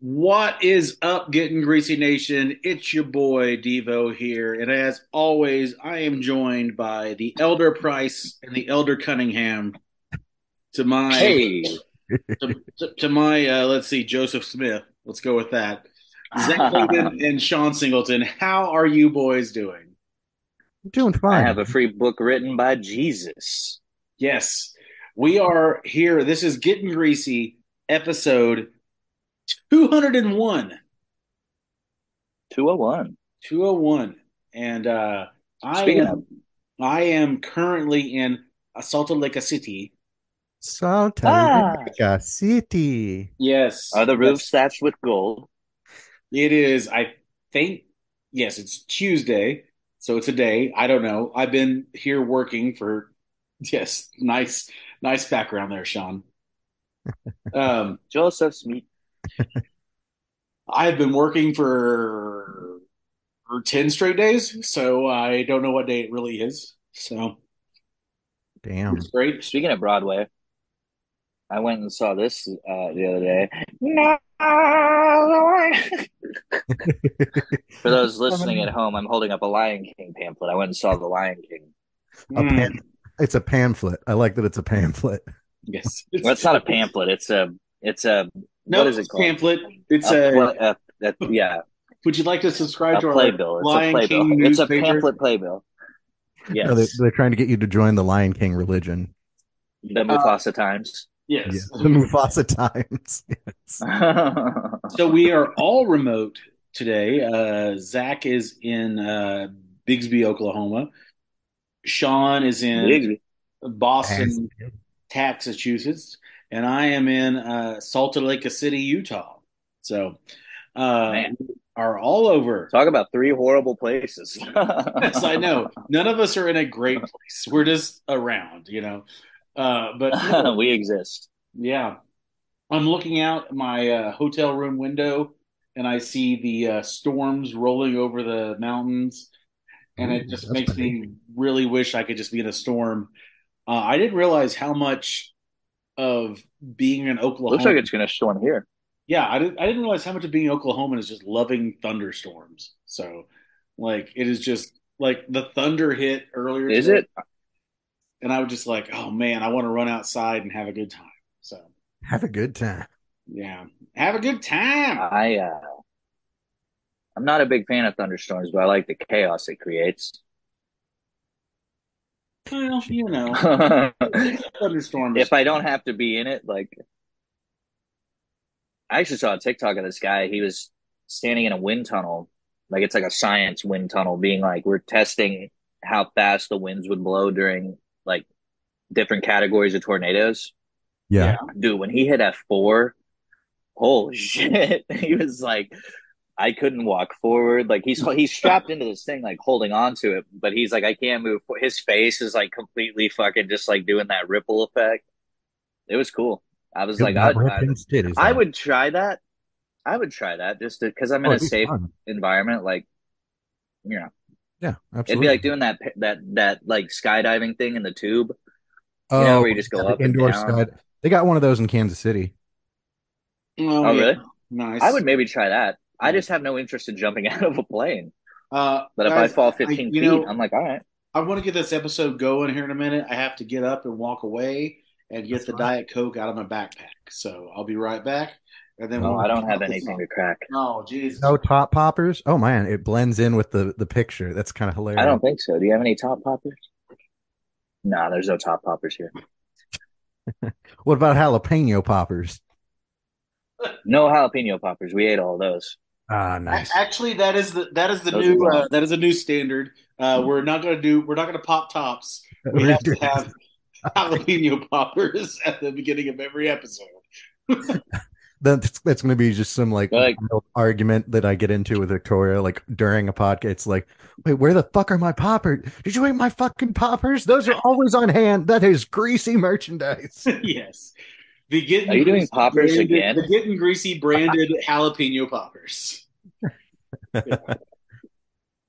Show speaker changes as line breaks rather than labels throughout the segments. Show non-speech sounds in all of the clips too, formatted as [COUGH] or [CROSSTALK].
What is up, Getting Greasy Nation? It's your boy Devo here. And as always, I am joined by the Elder Price and the Elder Cunningham. To my
Hey,
to, to- to my uh, let's see, Joseph Smith. Let's go with
[LAUGHS]
that. Zach Layden and Sean Singleton. How are you boys doing?
Doing
I
fine.
have a free book written by Jesus.
Yes, we are here. This is Getting Greasy, episode 201.
201.
201. And uh, I,
Speaking
am, I am currently in Salto Lake City.
Salta
Ah.
Rica City.
Yes.
Are the roofs thatched with gold?
It is, I think, yes, it's Tuesday. So it's a day. I don't know. I've been here working for, yes, nice, nice background there, Sean.
[LAUGHS]
Um,
Joseph Smith.
I've been working for, for 10 straight days. So I don't know what day it really is. So
[LAUGHS]
Damn.
it's great.
Speaking of Broadway, I went and saw this uh, the other day. No, Lord. For those listening at home, I'm holding up a Lion King pamphlet. I went and saw The Lion King.
A
Mm,
Hmm.
pam- it's a pamphlet. I like that it's a pamphlet.
Yes.
Well,
[LAUGHS]
it's not a pamphlet. It's a it's a
No,
What is it
it's a
called?
pamphlet. It's
a,
a.
pla- a, a- yeah
Would you like to subscribe
a
to our
playbill. It's
Lion
a playbill.
King
It's a
newspaper?
pamphlet playbill. Yes,
No, they're, they're trying to get you to join the Lion King religion.
the
Uh,
Mufasa times. [LAUGHS]
Yes.
Yeah. The Mufasa Times. [LAUGHS] Yes.
So we are all remote today. Uh, Zach is in uh, Bigsby, Oklahoma. Sean is in
Big-
Boston, Massachusetts, and I am in uh, Salt Lake City, Utah. So uh,
Man.
we are all over. [LAUGHS]
Talk about three horrible places.
yes, I know. None of us are in a great place. We're just around, you know. Uh, but
[LAUGHS] we exist.
Yeah. I'm looking out my uh, hotel room window and I see the uh, storms rolling over the mountains. And it
Ooh,
just
that's
makes
pretty.
me really wish I could just be in a storm. Uh, I didn't realize how much of being in Oklahoma.
Looks like it's going to storm here.
yeah, I didn't, I didn't realize how much of being in Oklahoma is just loving thunderstorms. So, like, it is just like the thunder hit earlier.
Is
today,
it?
And I was just like, oh man, I want to run outside and have a good time. So.
Have a good time.
Yeah. Have a good time.
I. Uh, I'm not a big fan of thunderstorms, but I like the chaos it creates. [LAUGHS]
Well, you
[LAUGHS]
know,
if
thunderstorm.
I don't have to be in it, like I actually saw a TikTok of this guy. He was standing in a wind tunnel, like it's like a science wind tunnel, being like, we're testing how fast the winds would blow during like different categories of tornadoes.
Yeah.
Dude, when he hit F4, holy [LAUGHS] shit. He was like, I couldn't walk forward. Like he's he's strapped into this thing, like holding on to it, but he's like, I can't move. for-" His face is like completely fucking just like doing that ripple effect. It was cool. I was like, I'd, I'd- I would try that. I would try that just because
Oh,
I'm in a safe environment. Like, you know,
Yeah,
it'd
absolutely.
be like doing that that that like skydiving thing in the tube.
oh,
know, where you just go
the
up and
indoor
down.
sky- They got one of those in Kansas City.
Oh,
Oh,
yeah.
really?
Nice.
I would maybe try that. I
Yeah.
just have no interest in jumping [LAUGHS] out of a plane.
Uh,
But if
guys,
I fall 15
you
feet,
know-
I'm like, all right.
I want to get this episode going here in a minute. I have to get up and walk away and get
That's
the
fine.
Diet Coke out of my backpack. So I'll be right back. And then
No,
we'll-
I don't have anything to crack.
Oh, Jesus.
No top poppers. Oh man, it blends in with the the picture. That's kind of hilarious.
I don't think so. Do you have any top poppers? No, there's no top poppers here.
What about jalapeno poppers?
No jalapeno poppers. We ate all those.
Ah,
A-
nice.
Actually, that is the that is the
Those
new
are wrong.
uh, that is a new standard. Uh,
Hmm.
we're not going to do we're not going to pop tops. We have to
[LAUGHS]
have [LAUGHS] jalapeno poppers at the beginning of every episode.
that's that's going to be just some like,
Like-
real argument that I get into with Victoria like during a podcast. It's like, wait, where the fuck are my poppers? Did you eat my fucking poppers? Those are always on hand. That is greasy merchandise.
[LAUGHS] yes. The getting
Are you doing
Greasy
poppers
branded-
again?
The getting greasy branded [LAUGHS] jalapeno poppers.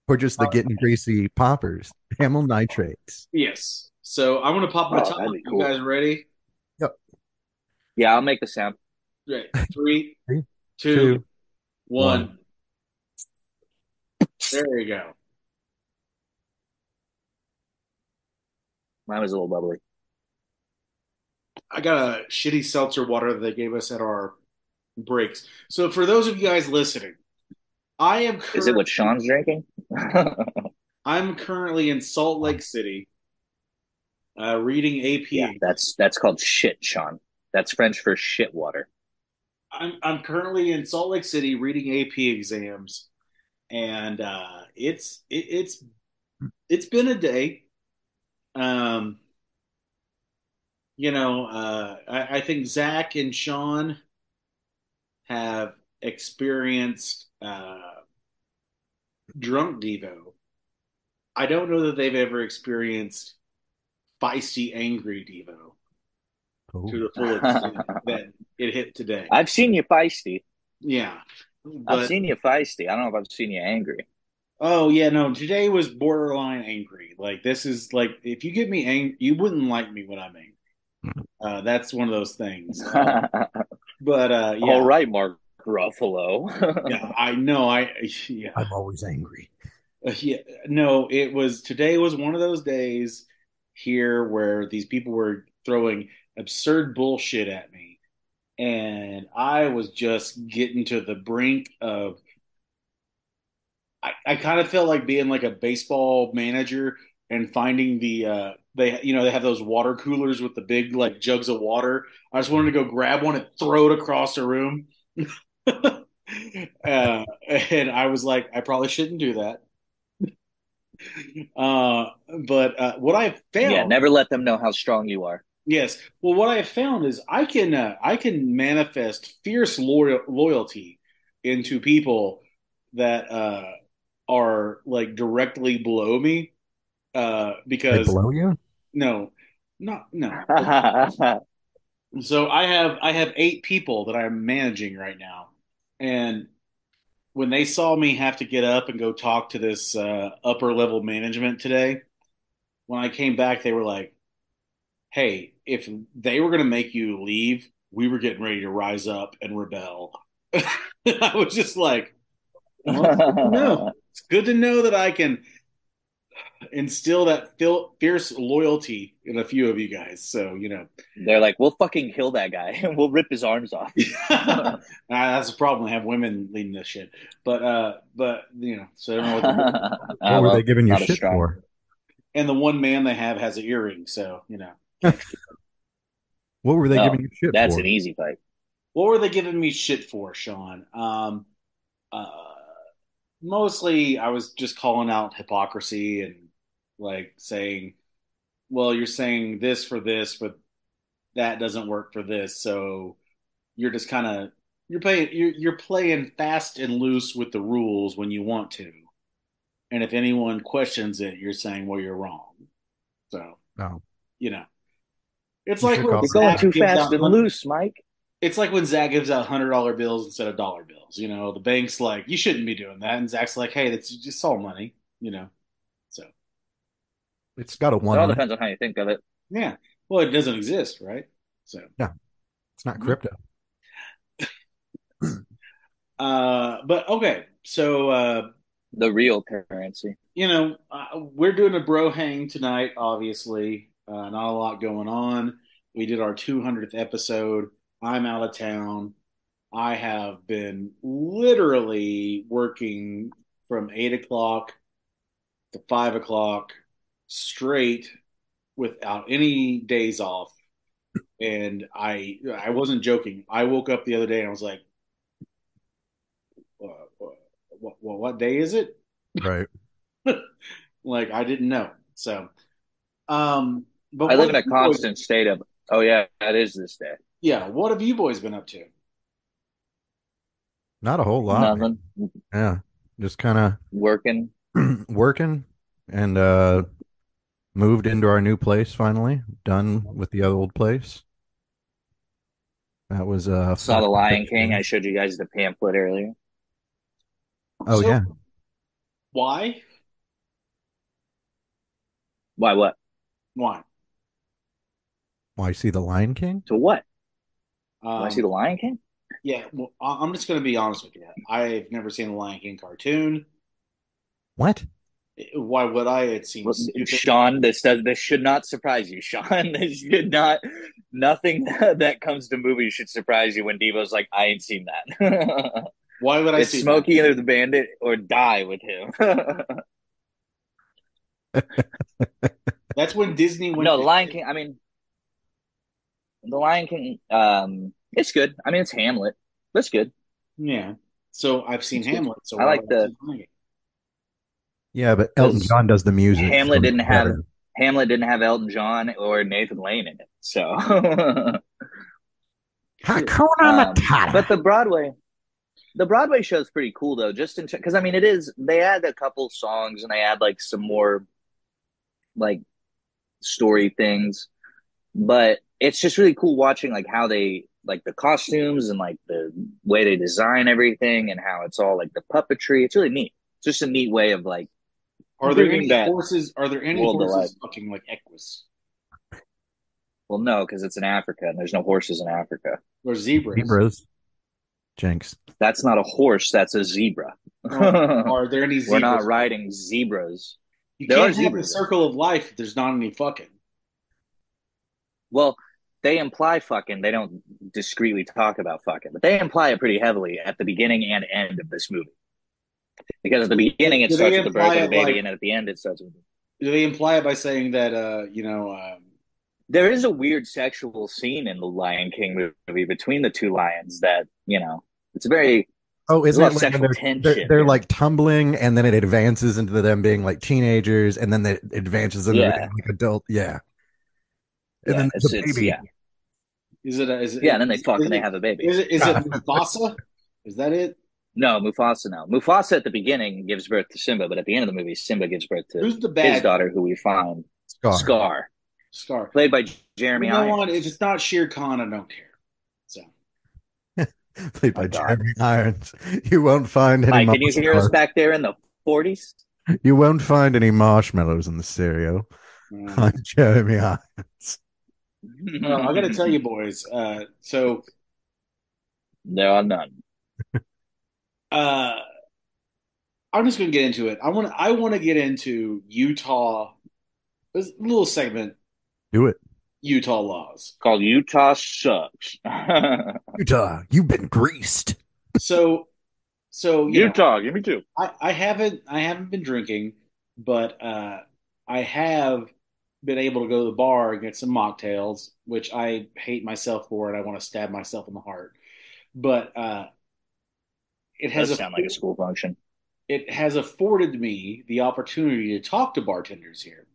Or just the getting greasy poppers, amyl nitrates.
Yes. So I'm gonna pop my
Oh,
top.
that'd be
You
cool.
guys ready?
Yeah, I'll make the sound.
Right. Three,
Three,
two,
Two,
one.
one.
There you go.
Mine was a little bubbly.
I got a shitty seltzer water that they gave us at our breaks. So for those of you guys listening, I am currently,
Is it what Sean's drinking? [LAUGHS]
I'm currently in Salt Lake City, uh, reading AP.
yeah, that's that's called shit, Sean. That's French for shit water.
I'm I'm currently in Salt Lake City reading AP exams, and uh, it's it, it's it's been a day. Um, you know, uh, I, I think Zach and Sean have experienced uh, drunk Devo. I don't know that they've ever experienced feisty, angry Devo
Oh.
to the full extent that it hit today.
I've seen you feisty.
Yeah.
I've
But
seen you feisty. I don't know if I've seen you angry. [LAUGHS]
oh yeah, no, today was borderline angry. Like this is like if you get me angry, you wouldn't like me when I'm angry. Uh, that's one of those things. But uh, yeah,
All right, Mark Ruffalo. [LAUGHS]
yeah, I know. I [LAUGHS] yeah,
I'm always angry.
yeah, no, it was today was one of those days here where these people were throwing absurd bullshit at me, and I was just getting to the brink of. I, I kind of felt like being like a baseball manager and finding the uh they you know they have those water coolers with the big like jugs of water. I just wanted to go grab one and throw it across the room. [LAUGHS] Uh, and I was like, I probably shouldn't do that. [LAUGHS] Uh, but uh, what I found,
yeah, never let them know how strong you are. [LAUGHS]
yes, well, what I found is I can uh, I can manifest fierce loyal loyalty into people that uh, are like directly below me uh,
They
because
blow you?
no, not no. So I have I have eight people that I'm managing right now, and when they saw me have to get up and go talk to this uh, upper level management today, when I came back, they were like, "Hey, if they were going to make you leave, we were getting ready to rise up and rebel." [LAUGHS] I was just like,
[LAUGHS]
"Well, no, it's good to know that I can instill that fil- fierce loyalty in a few of you guys." So you know.
They're like, we'll fucking kill that guy [LAUGHS] and we'll rip his arms
[LAUGHS]
off.
Nah, Ah, that's the problem. I have women leading this shit, but uh, but you know, so I don't know
[LAUGHS]
what the-
[LAUGHS] What
Ah,
were
well,
they giving you
not as
shit
strong.
for?
and the one man they have has an earring, so you know,
What were they
Oh,
giving you shit
That's
for?
an easy fight.
what were they giving me shit for, Sean? Um, uh, mostly I was just calling out hypocrisy and like saying, well, you're saying this for this, but that doesn't work for this, so you're just kind of you're playing you're, you're playing fast and loose with the rules when you want to, and if anyone questions it, you're saying, well, you're wrong. So
No.
you know, it's
You
like
should
when
call
You're
You're going
going
Zach
too
gives
fast
out
and
money-
loose, Mike.
it's like when Zach gives out hundred dollar bills instead of dollar bills. You know, the bank's like, you shouldn't be doing that, and Zach's like, hey, that's just all money. You know, so
It's got a one
It all
on it.
depends on how you think of it.
yeah. Well, it doesn't exist, right? So,
It's not crypto.
uh, but okay, so uh,
The real currency.
you know, uh, we're doing a bro hang tonight. Obviously, uh, not a lot going on. We did our 200th episode. I'm out of town. I have been literally working from eight o'clock to five o'clock straight without any days off. And I, I wasn't joking. I woke up the other day and I was like, uh, uh, what, what, what day is it?
Right.
like I didn't know. So, um, but
I
what
live in a
have you boys-
constant state of, oh yeah, that is this day.
yeah. What have you boys been up to?
Not a whole lot. man.
Nothing.
Yeah. Just kind
Working.
of [CLEARS THROAT] working and uh moved into our new place finally. Done with the old place. That was uh
Saw The
fun.
Lion King. I showed you guys the pamphlet earlier.
Oh
So,
yeah.
Why?
Why what?
Why?
Why Oh, see the Lion King?
To what? Do I
Um,
see The Lion King?
Yeah, well, I- I'm just going to be honest with you. I've never seen the Lion King cartoon.
What?
Why would I? It seems stupid.
Sean, this does this should not surprise you, [LAUGHS] Sean. This should not. Nothing [LAUGHS] that comes to movies should surprise you when Devo's like, "I ain't seen that."
Why would [LAUGHS] I
it's
see
Smokey
that?
either the Bandit or die with
[LAUGHS]
him.
That's when Disney went.
no, Lion King. I mean, the Lion King. Um, it's good. I mean, it's Hamlet. That's good.
Yeah. So I've seen Hamlet. So
I
why
like
would
the-
see Lion King?
Yeah, but Elton
Because
John does the music.
Hamlet
so
didn't
it's
have-
better.
Hamlet didn't have Elton John or Nathan Lane in it, so. [LAUGHS]
Hakuna
Um,
Matata.
but the Broadway, the Broadway show is pretty cool though. Just in because I mean, it is. They add a couple songs and they add like some more, like, story things. But it's just really cool watching like how they like the costumes and like the way they design everything and how it's all like the puppetry. It's really neat. It's just a neat way of like
Are there
bringing
any
that
horses? Are there any
world to
horses fucking like Equus
well, no, because it's in Africa and there's no horses in Africa.
or zebras?
Zebras. Jinx.
That's not a horse. That's a zebra.
Are there any
[LAUGHS] We're
Oh. zebras?
not riding zebras.
You
there are
can't have
zebras.
the circle of life if there's not any fucking.
Well, they imply fucking. They don't discreetly talk about fucking, but they imply it pretty heavily at the beginning and end of this movie. Because at the beginning it
Do they
starts with the birth
imply
of the
it
baby,
like-
and at the end it starts with.
Do they imply it by saying that? Uh, you know, um,
There is a weird sexual scene in the Lion King movie between the two lions that you know it's very
Oh,
There's
isn't
a
it
lot of
like when
sexual
they're,
tension
they're, they're
here.
like tumbling and then it advances into them being like teenagers and then it advances into
Yeah.
being like adult. Yeah. And
Yeah,
then
it's,
there's a
it's-
baby.
yeah
is it? A, is it
yeah and then they fuck
is
and they
it-
have a baby.
Is it is it Mufasa? Is that it?
No, Mufasa no. Mufasa at the beginning gives birth to Simba, but at the end of the movie Simba gives birth to
Who's the
his
bad
daughter, who we find
Scar.
Scar,
Scar?
played by
You
Jeremy
know
Irons.
what? If it's not Shere Khan, I don't care. So
[LAUGHS] Played by
My Oh, God.
Jeremy Irons. You won't find any
Mike, can you hear us
marshmallows.
back there in the 40s?
You won't find any marshmallows in the cereal.
uh,
Mm.
I'm Jeremy Irons.
no, I got to
[LAUGHS]
tell you, boys. Uh, so
There are none.
uh, I'm just going to get into it. I want I want to get into Utah. This little segment,
Do it.
Utah laws.
Called Utah Sucks. [LAUGHS]
Utah, you've been greased.
So, so you know,
Utah, give me two.
I, I haven't I haven't been drinking, but uh, I have been able to go to the bar and get some mocktails, which I hate myself for, and I want to stab myself in the heart. But uh, it
Does
has
sound like a school function.
it has afforded me the opportunity to talk to bartenders here,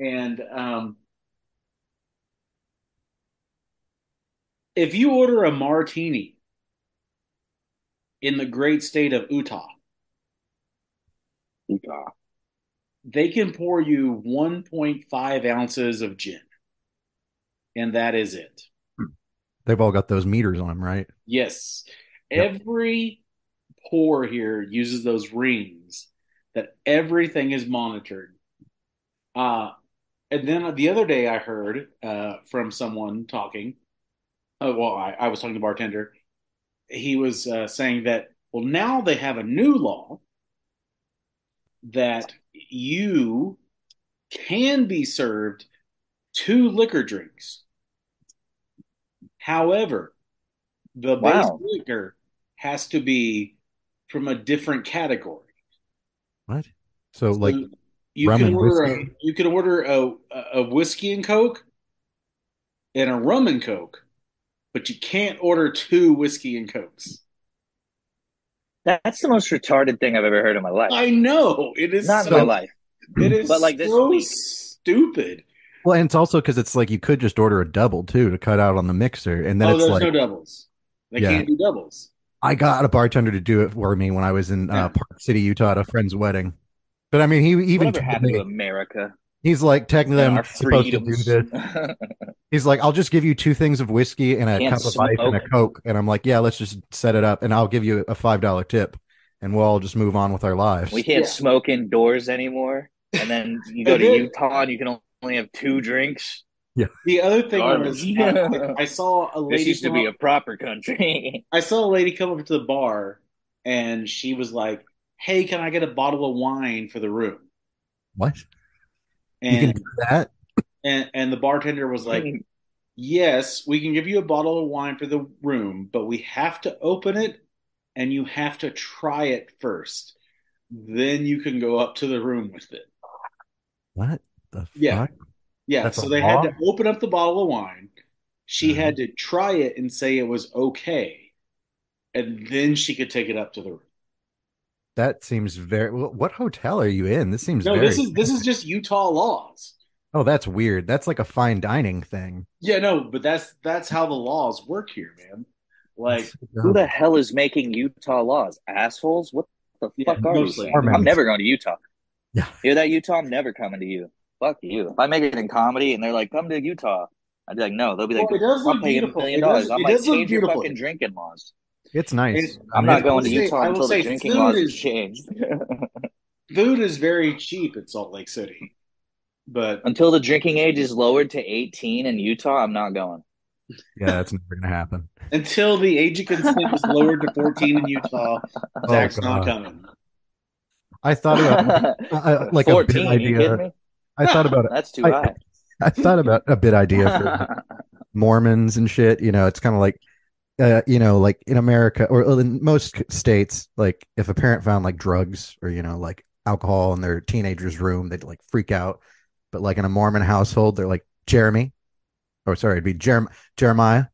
and um, if you order a martini in the great state of Utah.
Utah.
they can pour you 1.5 ounces of gin, and that is it.
They've all got those meters on them, right?
Yes,
Yep.
every pour here uses those rings that everything is monitored. Uh, and then the other day, I heard uh, from someone talking. Uh, well, I, I was talking to a bartender. He was uh, saying that well, now they have a new law that you can be served two liquor drinks. However, the
Wow.
base liquor has to be from a different category.
What? So, like,
So you
rum
can
and
order a,
whiskey?
you can order a a whiskey and coke and a rum and coke, but you can't order two whiskey and cokes.
That's the most retarded thing I've ever heard in my life.
I know it is
Not in
so
my life.
it is
but like this
so
week.
stupid.
well, and it's also because it's like you could just order a double too to cut out on the mixer, and then
oh,
it's
there's
like
no doubles. They
Yeah.
can't do doubles.
I got a bartender to do it for me when I was in
Yeah.
uh, Park City, Utah, at a friend's wedding. But I mean, he even
Whatever
told
happened
me-
to America
he's like, technically,
and
I'm
our
not supposed to do
freedoms?
this.
[LAUGHS]
He's like, I'll just give you two things of whiskey and a
Can't
cup of ice and a
smoke.
coke. And I'm like, yeah, let's just set it up, and I'll give you a five dollar tip, and we'll all just move on with our
[LAUGHS]
lives.
we can't
Yeah.
smoke indoors anymore. And then you go
And
to
then-
Utah and you can only have two drinks.
Yeah.
The other thing
Garbage.
was
[LAUGHS]
I, I saw a
This
lady
used to
come
be
up-
a proper country.
I saw a lady come up to the bar and she was like, Hey, can I get a bottle of wine for the room?
What? you can
And
do that?
and, and the bartender was [LAUGHS] like, Yes, we can give you a bottle of wine for the room, but we have to open it and you have to try it first. Then you can go up to the room with it.
What the
Yeah.
fuck?
Yeah,
That's
so
a
they
law?
had to open up the bottle of wine. She
Mhm.
had to try it and say it was okay. And then she could take it up to the room.
That seems very. wh- What hotel are you in? This seems
No,
very.
this is this is just Utah laws.
oh, that's weird. That's like a fine dining thing.
Yeah, no, but that's that's how the laws work here, man. Like
That's so
Who
dumb.
the hell is making Utah laws? Assholes? What the
Yeah,
fuck are you?
mostly.
saying?
Mormons.
I'm never going to Utah.
Yeah.
Hear that, Utah? I'm never coming to you. Fuck you. If I make it in comedy and they're like, come to Utah, I'd be like, no. They'll be like,
Well, "Oh, it does
I'll
look
pay you a
beautiful.
million
It does-
dollars. I'm
it
like,
does look
change your
beautiful.
fucking drinking laws.
It's nice.
It's-
I
I'm
mean,
not
it's-
going to
say-
Utah
I will
until
say
the drinking
food
laws
is-
change.
food is very cheap in Salt Lake City. But
until the drinking age is lowered to 18 in Utah, I'm not going.
[LAUGHS] Yeah, that's never gonna happen.
until the age of consent is lowered to 14 in Utah,
Oh,
Zach's not
God.
coming.
I
[LAUGHS]
thought about uh, like a bit
14, you kidding
idea.
me?
I thought about
That's too
I-
high.
I thought about a bit idea
[LAUGHS]
for Mormons and shit. You know, it's kind of like, uh, you know, like in America or in most states, like if a parent found like drugs or you know like alcohol in their teenager's room, they'd like freak out. But like in a Mormon household, they're like Jeremy, or sorry, it'd be Jerem- Jeremiah.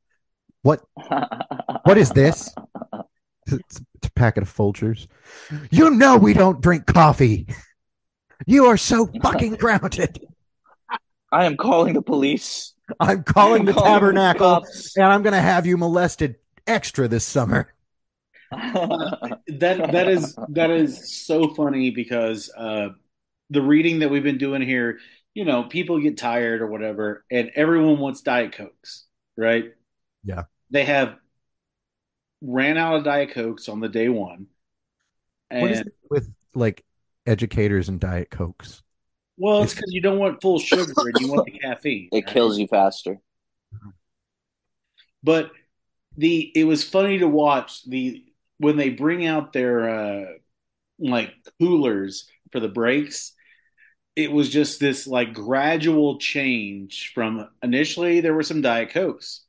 What
[LAUGHS]
what is this? It's it's a packet of Folgers. You know we don't drink coffee. You are so fucking grounded.
I am calling the police.
I'm calling
I'm
the
[LAUGHS] calling
tabernacle
cops.
and I'm going to have you molested extra this summer.
[LAUGHS]
That that is that is so funny because uh, the reading that we've been doing here, you know, people get tired or whatever, and everyone wants Diet Cokes, right?
Yeah.
They have ran out of Diet Cokes on the day one.
What is
And
it with like educators and Diet Cokes?
well, it's because you don't want full sugar and you want the caffeine.
it
right?
kills you faster.
but the it was funny to watch the when they bring out their uh like coolers for the breaks it was just this like gradual change from initially there were some diet cokes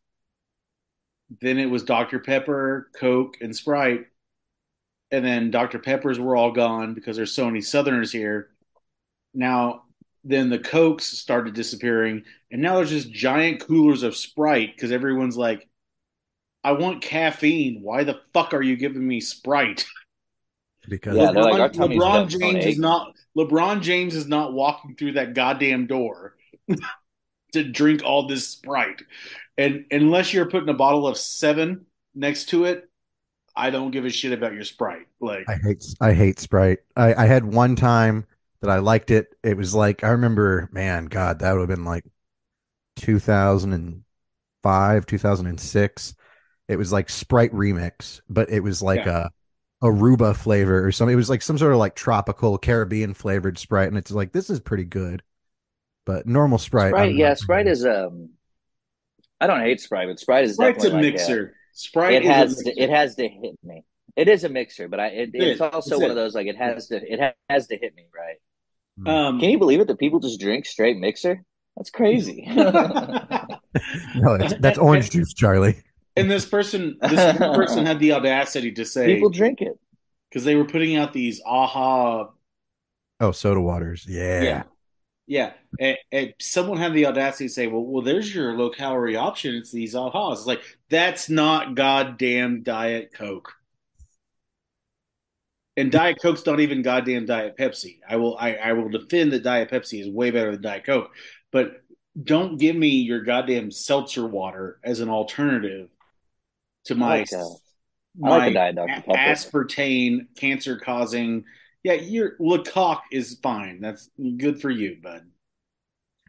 then it was dr pepper coke and sprite and then dr peppers were all gone because there's so many southerners here now then the cokes started disappearing and now there's just giant coolers of Sprite because everyone's like, I want caffeine. Why the fuck are you giving me Sprite?
Because
Yeah, they're like, our tummies
LeBron
don't- don't
James
ache.
is not LeBron James is not walking through that goddamn
[LAUGHS]
door to drink all this Sprite. And unless you're putting a bottle of seven next to it, I don't give a shit about your Sprite. Like
I hate I hate Sprite. I, I had one time that I liked it. It was like I remember, man, God, that would have been like 2005, 2006. It was like Sprite remix, but it was like a Aruba flavor or something. It was like some sort of like tropical Caribbean flavored Sprite, and it's like this is pretty good. But normal Sprite,
Sprite,
I'm
yeah,
not-
Sprite is um. I don't hate Sprite, but Sprite is
Sprite's a
definitely like
mixer. Sprite
it
is a
has
mixer.
to, it has to hit me. It is a mixer, but I it,
It
it's
is.
also
It's it.
one of those like it has to it ha- has to hit me right.
um
Can you believe it that people just drink straight mixer? That's
[LAUGHS]
crazy. [LAUGHS]
no, that's, that's orange juice, Charlie.
and this person
[LAUGHS]
this one person had the audacity to say
people drink it.
because they were putting out these aha
Oh, soda waters, yeah.
yeah yeah and, and someone had the audacity to say well well there's your low calorie option it's these ahas it's like that's not goddamn diet coke
Mm-hmm.
and diet coke's not even goddamn diet pepsi i will i, I will defend that diet pepsi is way better than diet coke but don't give me your goddamn seltzer water as an alternative to
I
my
like, uh, I like a
my-
diet Dr Pepper.
aspartame, cancer causing. Yeah, your Lecoq is fine. That's good for you, bud.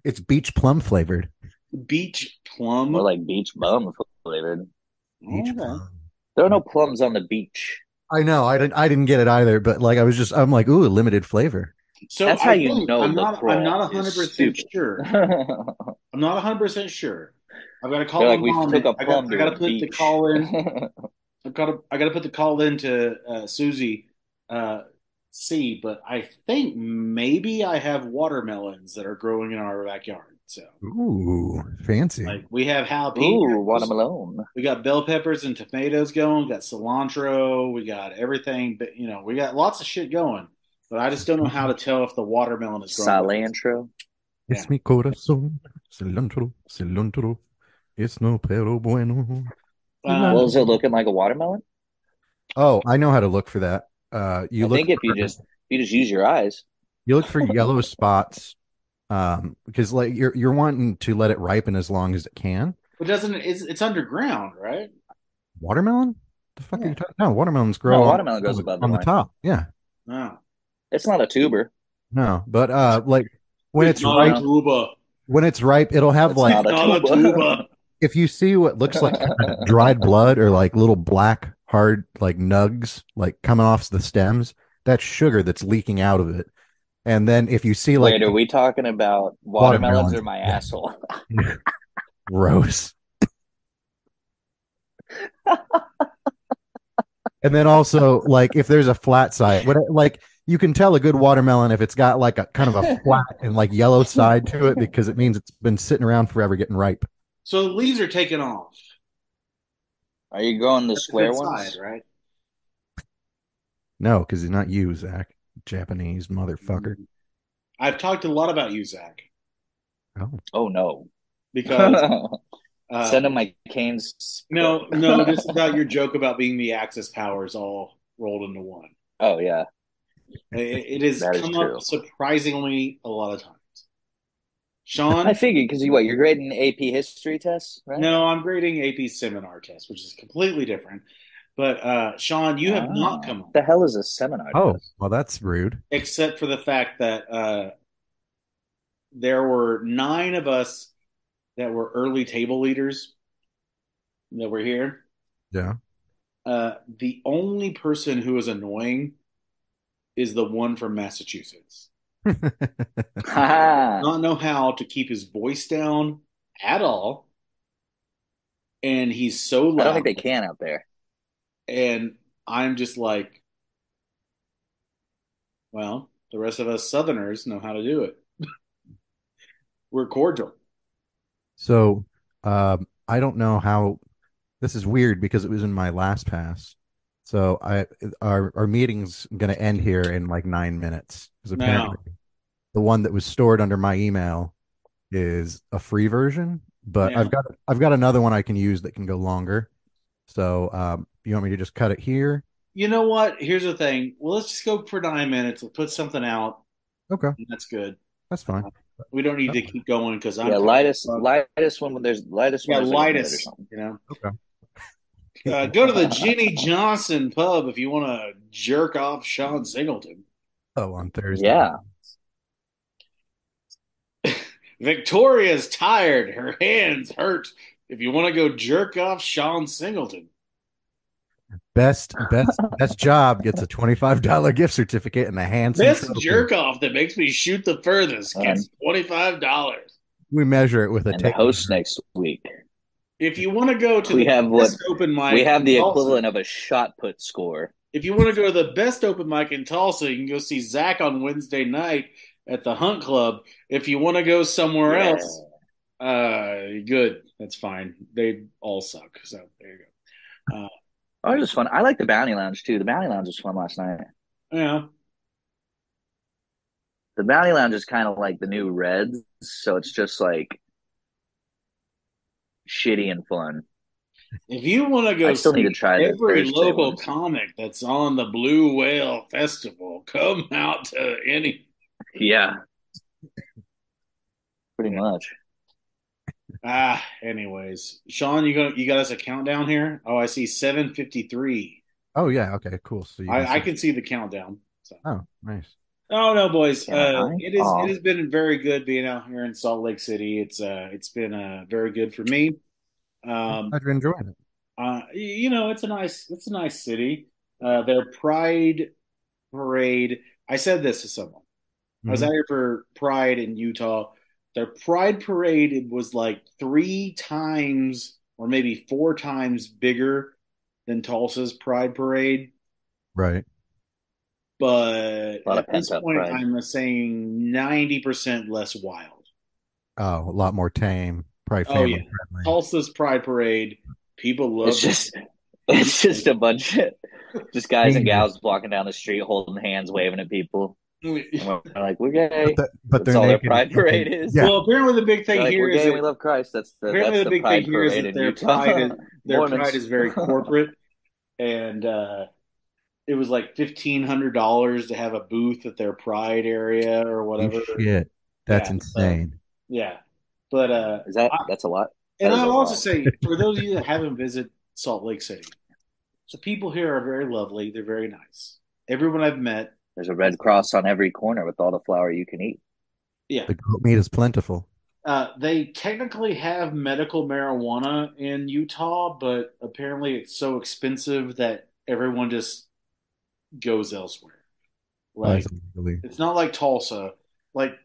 It's beach plum flavored.
Beach plum.
More like beach bum flavored.
Beach
Okay.
plum.
There are no plums on the beach. [LAUGHS]
I know. I didn't. I didn't get it either. But like, I was just. I'm like, ooh, limited flavor.
So
That's
I
how you
think-
know
I'm not. I'm
LeBron
not
is
100 percent
stupid.
sure. I'm not 100 percent sure. I've got to call
They're like,
my
we
mom.
took a
I
plum
got,
to
I got
a
to put the
beach.
call
[LAUGHS]
in. I've got to. I got to put the call in to uh, Susie. Uh, see, but I think maybe I have watermelons that are growing in our backyard. So
Ooh, fancy.
like we have jalapenos.
Ooh, watermelon.
We got bell peppers and tomatoes going. We got cilantro. We got everything. But you know, we got lots of shit going. But I just don't know how to tell if the watermelon is growing.
Cilantro.
Es mi corazón, cilantro, cilantro. It's no pero bueno.
Um,
Well, does it looking like a watermelon?
Oh, I know how to look for that. Uh, you
I
look
think if you
for-
just you just use your eyes.
you look for yellow spots, um, because like you're you're wanting to let it ripen as long as it can.
But doesn't it- it's it's underground, right?
Watermelon? The fuck are
Yeah.
you talking? No, watermelons grow on-
watermelon grows above the
on the
line.
top. Yeah,
No.
It's not a tuber.
no, but uh, like when it's
not a
ripe,
tuba.
when it's ripe, it'll have
It's
like
not a
Not a
tuba.
tuba.
if you see what looks
[LAUGHS]
like dried blood or like little black hard like nugs like coming off the stems that's sugar that's leaking out of it and then if you see like
Wait, are we talking about
Watermelons.
watermelons or my
Yeah.
asshole?
gross [LAUGHS] and then also like if there's a flat side what like you can tell a good watermelon if it's got like a kind of
[LAUGHS]
a flat and like yellow side to it because it means it's been sitting around forever getting ripe
So the leaves are taken off.
[LAUGHS] Are you growing the
That's
square
good
ones?
side, right?
no because it's not you zach japanese motherfucker
Mm, I've talked a lot about you, Zach,
Oh no! [LAUGHS]
because uh,
Send him my canes.
no, no, this is about your joke about being the Axis powers all rolled into one.
[LAUGHS] Oh yeah.
It, it has
That is
come
true.
up surprisingly a lot of times.
I
Sean,
figured because you what you're grading AP history tests, right?
no, I'm grading AP seminar test, which is completely different. But uh, Sean, you have not
Ah,
come on,
The hell is a seminar?
oh
test? [LAUGHS]
well that's rude
except for the fact that uh, there were nine of us that were early table leaders that were here.
yeah
Uh, the only person who is annoying is the one from Massachusetts.
Ha
not know how to keep his voice down at all. And he's so
I don't
loud.
think they can out there.
and I'm just like, well, the rest of us Southerners know how to do it. [LAUGHS] We're cordial.
So um, I don't know how this is weird because it was in my last pass. So I our our meeting's gonna end here in like nine minutes because
No.
apparently the one that was stored under my email is a free version, but
Yeah.
I've got I've got another one I can use that can go longer. So um, you want me to just cut it here?
You know what? Here's the thing. Well, let's just go for nine minutes. We'll put something out.
Okay,
And that's good.
that's fine.
We don't need to keep going because I'm
yeah, lightest lightest one when there's lightest
Yeah,
one. there's like a minute or
lightest.
something.
You know.
Okay.
Uh, go to the Jenny Johnson pub if you want to jerk off Sean Singleton.
Oh, on Thursday.
Yeah,
Victoria's tired. Her hands hurt. If you want to go jerk off Sean Singleton.
Best
[LAUGHS]
best best job gets a twenty five dollar gift certificate and a handsome
This
trophy.
jerk off that makes me shoot the furthest
Um,
gets $25.
We measure it with a
and the
tape.
host next week.
If you want to go to
We
the
have
best open mic,
we have the
in Tulsa-
equivalent of a shot put score.
If you want to go to the best open mic in Tulsa, you can go see Zach on Wednesday night at the Hunt Club. If you want to go somewhere
Yeah.
else, Uh, good. That's fine. They all suck. So there you
Oh, it was fun. I like the Bounty Lounge too. The Bounty Lounge was fun last night.
go. Yeah.
The Bounty Lounge is kind of like the new Reds, so it's just like shitty and fun.
If you want to go
I still need to
see
try the
every
Thursday
local
ones.
comic that's on the Blue Whale Festival, [LAUGHS] come out to any.
Yeah, pretty much.
Ah, anyways, Sean, you gonna you got us a countdown here? Oh, I see seven fifty three.
Oh yeah, okay, cool. So you
I, I
see-
can see the countdown. So.
Oh, nice.
Oh no, boys! Uh,
Can I? Oh.
it is
Aw.
it has been very good being out here in Salt Lake City. It's uh it's been uh very good for me. Um,
Glad you're enjoying it.
uh, y- you know, it's a nice, it's a nice city. Uh, their Pride Parade. I said this to someone. I
Mm-hmm.
was out here for Pride in Utah. Their Pride parade it was like three times or maybe four times bigger than Tulsa's Pride parade.
Right.
But
lot of
at this
pent-up
point,
pride.
I'm saying 90% less wild.
Oh, a lot more tame. Probably
Oh,
family
yeah. Tulsa's Pride parade, people love
It's just it's just a bunch of just guys and gals walking down the street holding hands, waving at people. And we're like, we're gay.
friendly. But, the- but
That's
they're
all their
naked.
pride parade is.
Yeah.
Well, apparently the big
They're
thing
like,
here
we're
is
gay.
that
We love Christ. That's the
apparently
that's
the
the,
big
pride
thing here is
parade
that
in
their
Utah.
pride
[LAUGHS]
is- their
Mormons.
pride is
[LAUGHS]
very corporate, and uh, it was like fifteen hundred dollars to have a booth at their pride area or whatever.
Shit.
Yeah,
That's
so-
insane.
Yeah, but uh,
Is that
[LAUGHS]
that's a lot?
and
That is
I'll
a
also
lot.
say for those of you
[LAUGHS]
that haven't visited Salt Lake City, the people here are very lovely. They're very nice. Everyone I've met,
There's a red cross on every corner with all the flour you can eat.
yeah,
The goat meat is plentiful.
uh, they technically have medical marijuana in Utah, but apparently it's so expensive that everyone just goes elsewhere. Like
Absolutely.
it's not like Tulsa. Like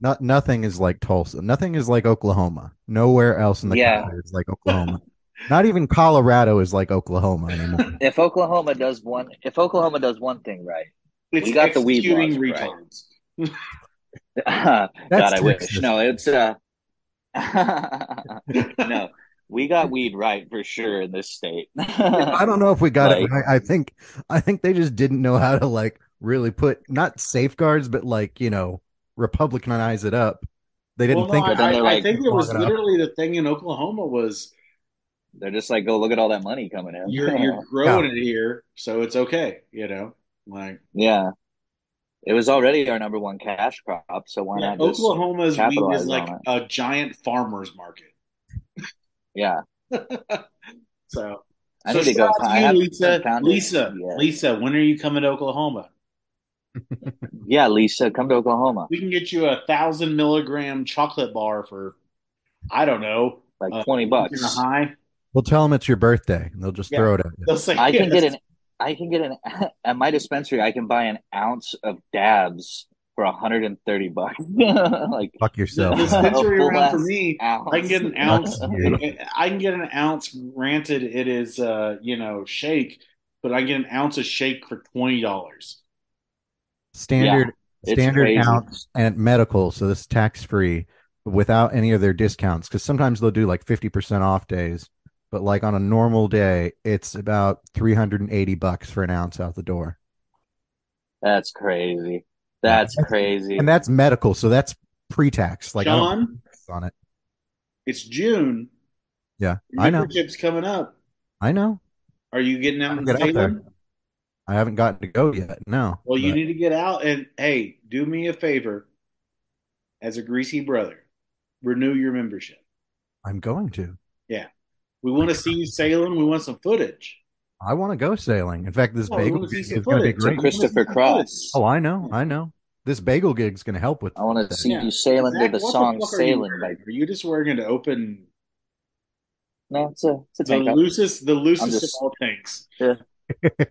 Not nothing is like Tulsa. Nothing is like Oklahoma. Nowhere else in the
Yeah.
country is like Oklahoma. Not even Colorado is like Oklahoma
[LAUGHS]
anymore.
If Oklahoma does one, if Oklahoma does one thing right, [LAUGHS]
it's
got the weed
executing
laws, right.
retards.
God, I
Texas.
wish. No, it's uh, [LAUGHS] no, we got weed right for sure in this state. [LAUGHS]
I don't know if we got it
Like-
right. I think I think they just didn't know how to like really put not safeguards, but like, you know, republicanize it up. They didn't
Well, no,
think
I,
But then they're
I, I
like-
think it was
Lock it up.
literally the thing in Oklahoma was
They're just like, go look at all that money coming in.
you're you're growing it here, so it's okay. You know, like
[LAUGHS] yeah, it was already our number one cash crop, so why
yeah,
not just
Oklahoma's weed
capitalize
is
on
like
it?
a giant farmers market.
yeah?
So
I
so
need to
shout
go.
out to
I
you,
haven't
Lisa.
found it
Lisa,
yet.
Lisa, when are you coming to Oklahoma?
yeah, Lisa, come to Oklahoma.
We can get you a thousand milligram chocolate bar for I don't know,
Like
Uh,
twenty
in a
bucks.
high.
We'll tell them it's your birthday and they'll just
Yeah.
throw it at you.
They'll say
I can get
yes. [LAUGHS]
an I can get an [LAUGHS] at my dispensary I can buy an ounce of dabs for 130 bucks. [LAUGHS] like
Fuck yourself.
The
This-
man.
dispensary
Full
around for
ass
me,
ounce.
I can get an ounce.
Fucking
I can get an ounce. Granted, it is uh, you know shake, but I get an ounce of shake for twenty dollars.
[LAUGHS] Standard
it's
standard
crazy.
ounce and medical, so this is tax free without any of their discounts. Because sometimes they'll do like fifty percent off days, but like on a normal day, it's about three hundred and eighty bucks for an ounce out the door.
That's crazy. That's
That's-
crazy.
And that's medical, so that's pre tax. Like I don't
John,
tax on it.
it's June.
Yeah. I know.
Microchips coming up.
I know.
Are you getting out
I'll
in
get out there.
Salem?
I haven't gotten to go yet. No.
Well, you
But
need to get out and hey, do me a favor. As a greasy brother, renew your membership.
I'm going to.
We want to see you sailing. We want some footage.
I want to go sailing. In fact, this
Oh, we
bagel
wanna see
gig
some
is going to be
footage.
So
great.
Christopher Cross.
Oh, I know. I know. This bagel gig's going to help with.
I want to see
Yeah.
you sailing
Zach,
to the
what
song
fuck are you
Sailing by
wearing? Are you just wearing an open
No, it's a it's a
the
tank top.
loosest the loosest
just-
of all
[LAUGHS]
tanks?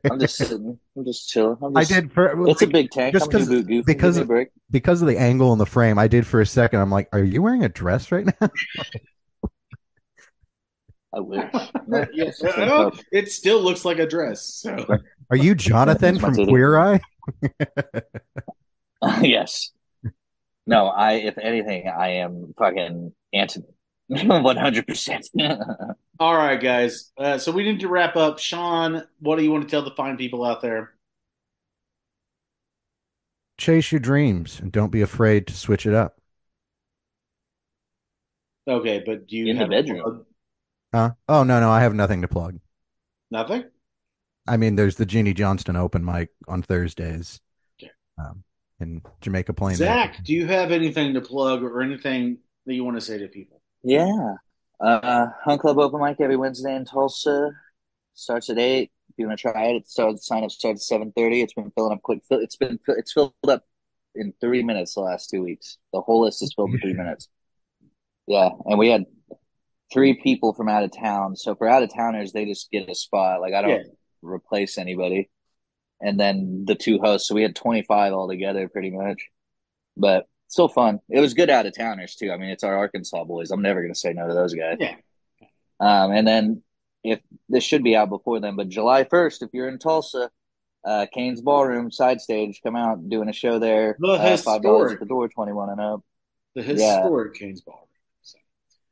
I'm just sitting. I'm just chilling. I'm
I
just,
did for
It's a
[LAUGHS]
big tank.
just
I'm gonna
'cause-
do goofy. Give
because-
me a break.
because of the angle and the frame. I did for a second. I'm like, are you wearing a dress right now? [LAUGHS]
[LAUGHS]
I will.
Yes. Well, Uh, it still looks like a dress. So
Are you Jonathan
That's my
from
titty.
Queer Eye?
[LAUGHS] yes. No, I. If anything, I am fucking Anthony, [LAUGHS] one hundred percent. [LAUGHS]
all right, guys. Uh, so we need to wrap up. Sean, what do you want to tell the fine people out there?
Chase your dreams and don't be afraid to switch it up.
Okay, but do you
In the
have a
bedroom.
plug?
Huh? Oh no, no, I have nothing to plug.
Nothing?
I mean, there's the Jeannie Johnston open mic on Thursdays,
Okay.
um, in Jamaica Plain.
Zach, do you have anything to plug or anything that you want to say to people?
Yeah. Uh, Hunt Club open mic every Wednesday in Tulsa. Starts at eight. If you want to try it, it starts, sign up starts at seven thirty. It's been filling up quick. Fill- It's been fill- it's filled up in three minutes the last two weeks. The whole list is filled in [LAUGHS] three minutes. Yeah, and we had three people from out of town. So for out of towners, they just get a spot. Like I don't replace anybody. And then the two hosts. So we had twenty five altogether, pretty much. But still fun. It was good out of towners too. I mean, it's our Arkansas boys. I'm never going to say no to those guys.
Yeah.
Um, and then if this should be out before then, but July 1st, if you're in Tulsa, uh, Kane's Ballroom side stage, come out doing a show there.
The
uh, five dollars
historic.
at the door, 21 and up.
The
Yeah.
historic Kane's Ballroom. So,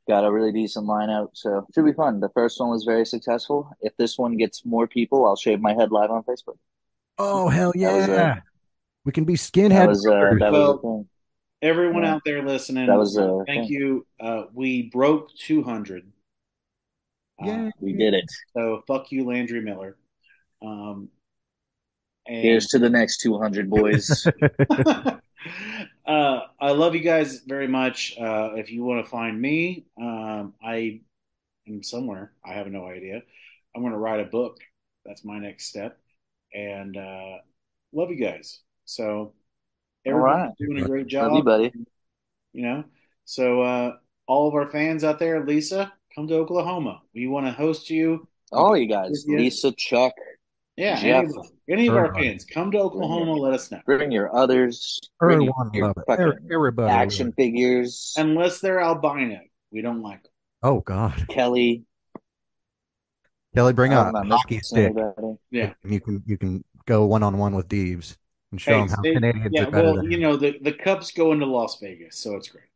Got a really decent lineup, so it should be fun. The first one was very successful. If this one gets more people, I'll shave my head live on Facebook.
Oh hell
That was, uh,
yeah! We can be
That
skinhead.
was uh, that was
Well,
the thing.
everyone
Yeah.
out there listening,
That was uh,
thank
thing.
you. Uh, we broke 200. Uh,
yeah,
We did it.
so fuck you, Landry Miller. Um, and
Here's to the next 200
[LAUGHS]
boys.
uh, I love you guys very much. Uh, if you want to find me, um, I am somewhere. I have no idea. I'm going to write a book. That's my next step. And uh, love you guys. So
All
everybody's
right.
doing a great job.
Love you, buddy.
you know. So uh, all of our fans out there, Lisa, come to Oklahoma. We want to host you.
All you guys,
Yeah.
Lisa, Chuck,
Yeah,
Jeff.
any, any of our
Irvine.
fans, come to Oklahoma. Let us know.
bring your others, bring your,
everyone
your
love it.
fucking
Every- Everybody. love
action
it.
figures,
Unless they're albino, we don't like. Them.
Oh god,
Kelly.
Kelly, bring
I'm
a
not
hockey
missing
stick.
anybody.
Yeah.
And you can you can go one on one with Deeves and show
Hey,
him how
they-
Canadians
Yeah,
are better
well,
than
you know the the Cubs go into Las Vegas, so it's great.